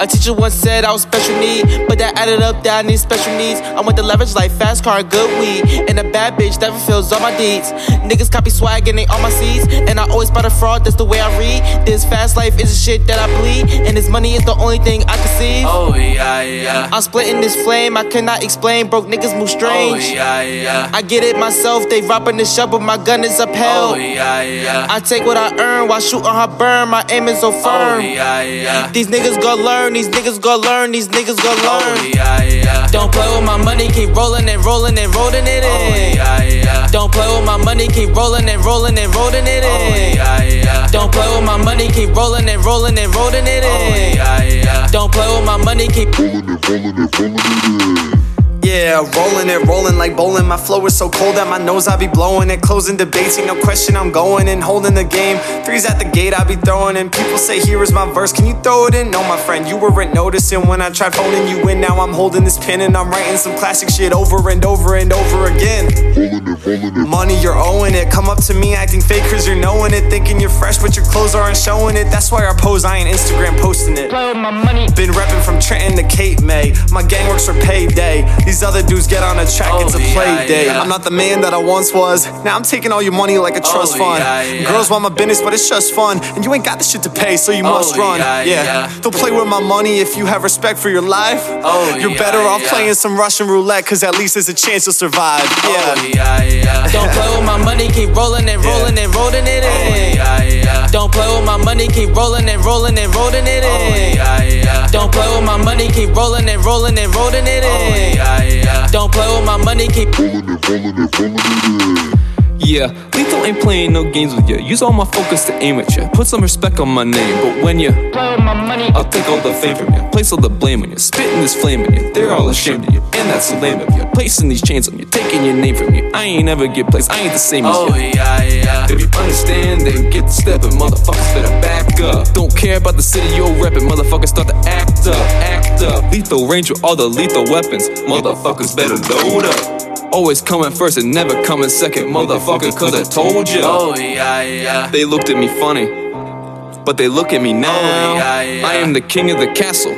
A teacher once said I was special need, but that added up that I need special needs. I want the leverage like fast car, good weed, and a bad bitch that fulfills all my deeds. Niggas copy swag and they all my seeds, and I always spot a fraud. That's the way I read. This fast life is the shit that I bleed, and this money is the only thing I can see. Oh yeah, yeah. I'm splitting this flame, I cannot explain. Broke niggas move Oh strange. yeah, yeah. I get it myself, they robbing the shop, but my gun is upheld. Oh yeah, yeah. I take what I earn while shooting her burn. My aim is so Oh firm. yeah, yeah. These niggas gon' learn, these niggas gon' learn, these niggas gon' learn. Oh yeah, yeah. Don't play with my money, keep rolling and rolling and rolling it in. Oh yeah, yeah. Don't play with my money, keep rolling and rolling and rolling it in. Oh yeah, yeah. Don't play with my money, keep rolling and rolling and rolling it in. Oh yeah, yeah. Don't play with my money, keep. rolling it, rolling it, rolling it in. Yeah, rolling it, rolling like bowling. My flow is so cold that my nose I be blowing it. Closing debates, ain't no question I'm going and holding the game. Threes at the gate I be throwing and people say here is my verse. Can you throw it in? No, my friend, you weren't noticing when I tried phoning you in. Now I'm holding this pen and I'm writing some classic shit over and over and over again. Rolling it, rolling it, Money, you're owing it. Come up to me acting fake cause you're knowing it. Thinking you're fresh, but your clothes aren't showing it. That's why I pose, I ain't Instagram posting it. Play with my money. Been reppin' from Trenton to Cape May. My gang works for payday. These other dudes get on a track, Oh, it's a yeah, play day. yeah. I'm not the man that I once was. Now I'm taking all your money like a trust Oh, fund. yeah, yeah. Girls want my business, but it's just fun. And you ain't got the shit to pay, so you Oh, must run. yeah, yeah. Don't play with my money if you have respect for your life. Oh, You're yeah, better off yeah. playing some Russian roulette, cause at least there's a chance you'll survive. Yeah. Oh yeah, yeah. Don't play with my money, keep rolling and rolling and rolling it Oh in. yeah, yeah. Don't play with my money, keep rolling and rolling and rolling it in. Oh yeah, yeah. Don't play with my money, keep rolling and rolling and rolling it in. Oh yeah, yeah. Don't play with my money, keep. rolling it, rolling it, rolling it in. Yeah, lethal ain't playing no games with you. Use all my focus to aim at you. Put some respect on my name, but when you blow my money, I'll take all the fame from you. Place all the blame on you. Spitting this flame on you. They're all ashamed of you, and that's the lame of you. Placing these chains on you, taking your name from you. I ain't ever get placed. I ain't the same as you. Oh yeah, yeah. If you understand, then get the step and motherfuckers better back up. Don't care about the city you're reppin', motherfuckers start to act up, act up. Lethal range with all the lethal weapons, motherfuckers better load up. Always coming first and never coming second, motherfucker, cause I told ya. Oh yeah, yeah. They looked at me funny, but they look at me now. Oh, yeah, yeah. I am the king of the castle.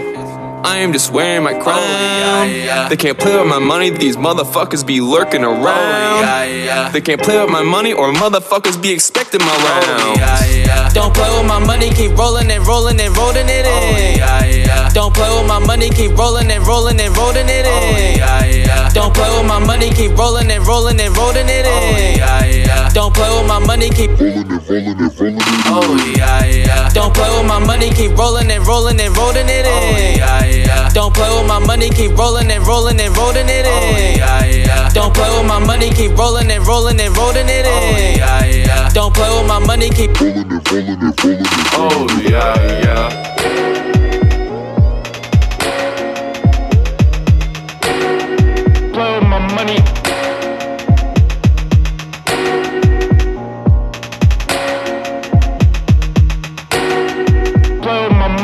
I am just wearing my crown. Oh, yeah, yeah. They can't play with my money, these motherfuckers be lurking around. Oh yeah, yeah. They can't play with my money or motherfuckers be expecting my Oh rounds. yeah, yeah. Don't play with my money, keep rolling and rolling and rolling it Oh in. yeah, yeah. Don't play with my money, keep rolling and rolling and rolling it Oh in. yeah, yeah. Don't play with my money, keep rolling and rolling and rolling it Oh in. yeah, yeah. Don't play with my money, keep. Rolling it, rolling it, rolling it Oh in. yeah, yeah. Don't play with my money, keep rolling and rolling and rolling it Oh in. yeah, yeah. Don't play with my money, keep rolling and rolling and rolling it Oh in. yeah, yeah. Don't play with my money, keep rolling and rolling and rolling it Oh in. yeah, yeah. Don't play with my money, keep. Rolling it, rolling it, rolling it in. Oh yeah, yeah.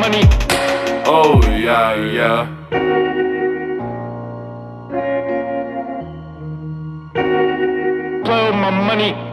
Oh yeah, yeah. blow my money.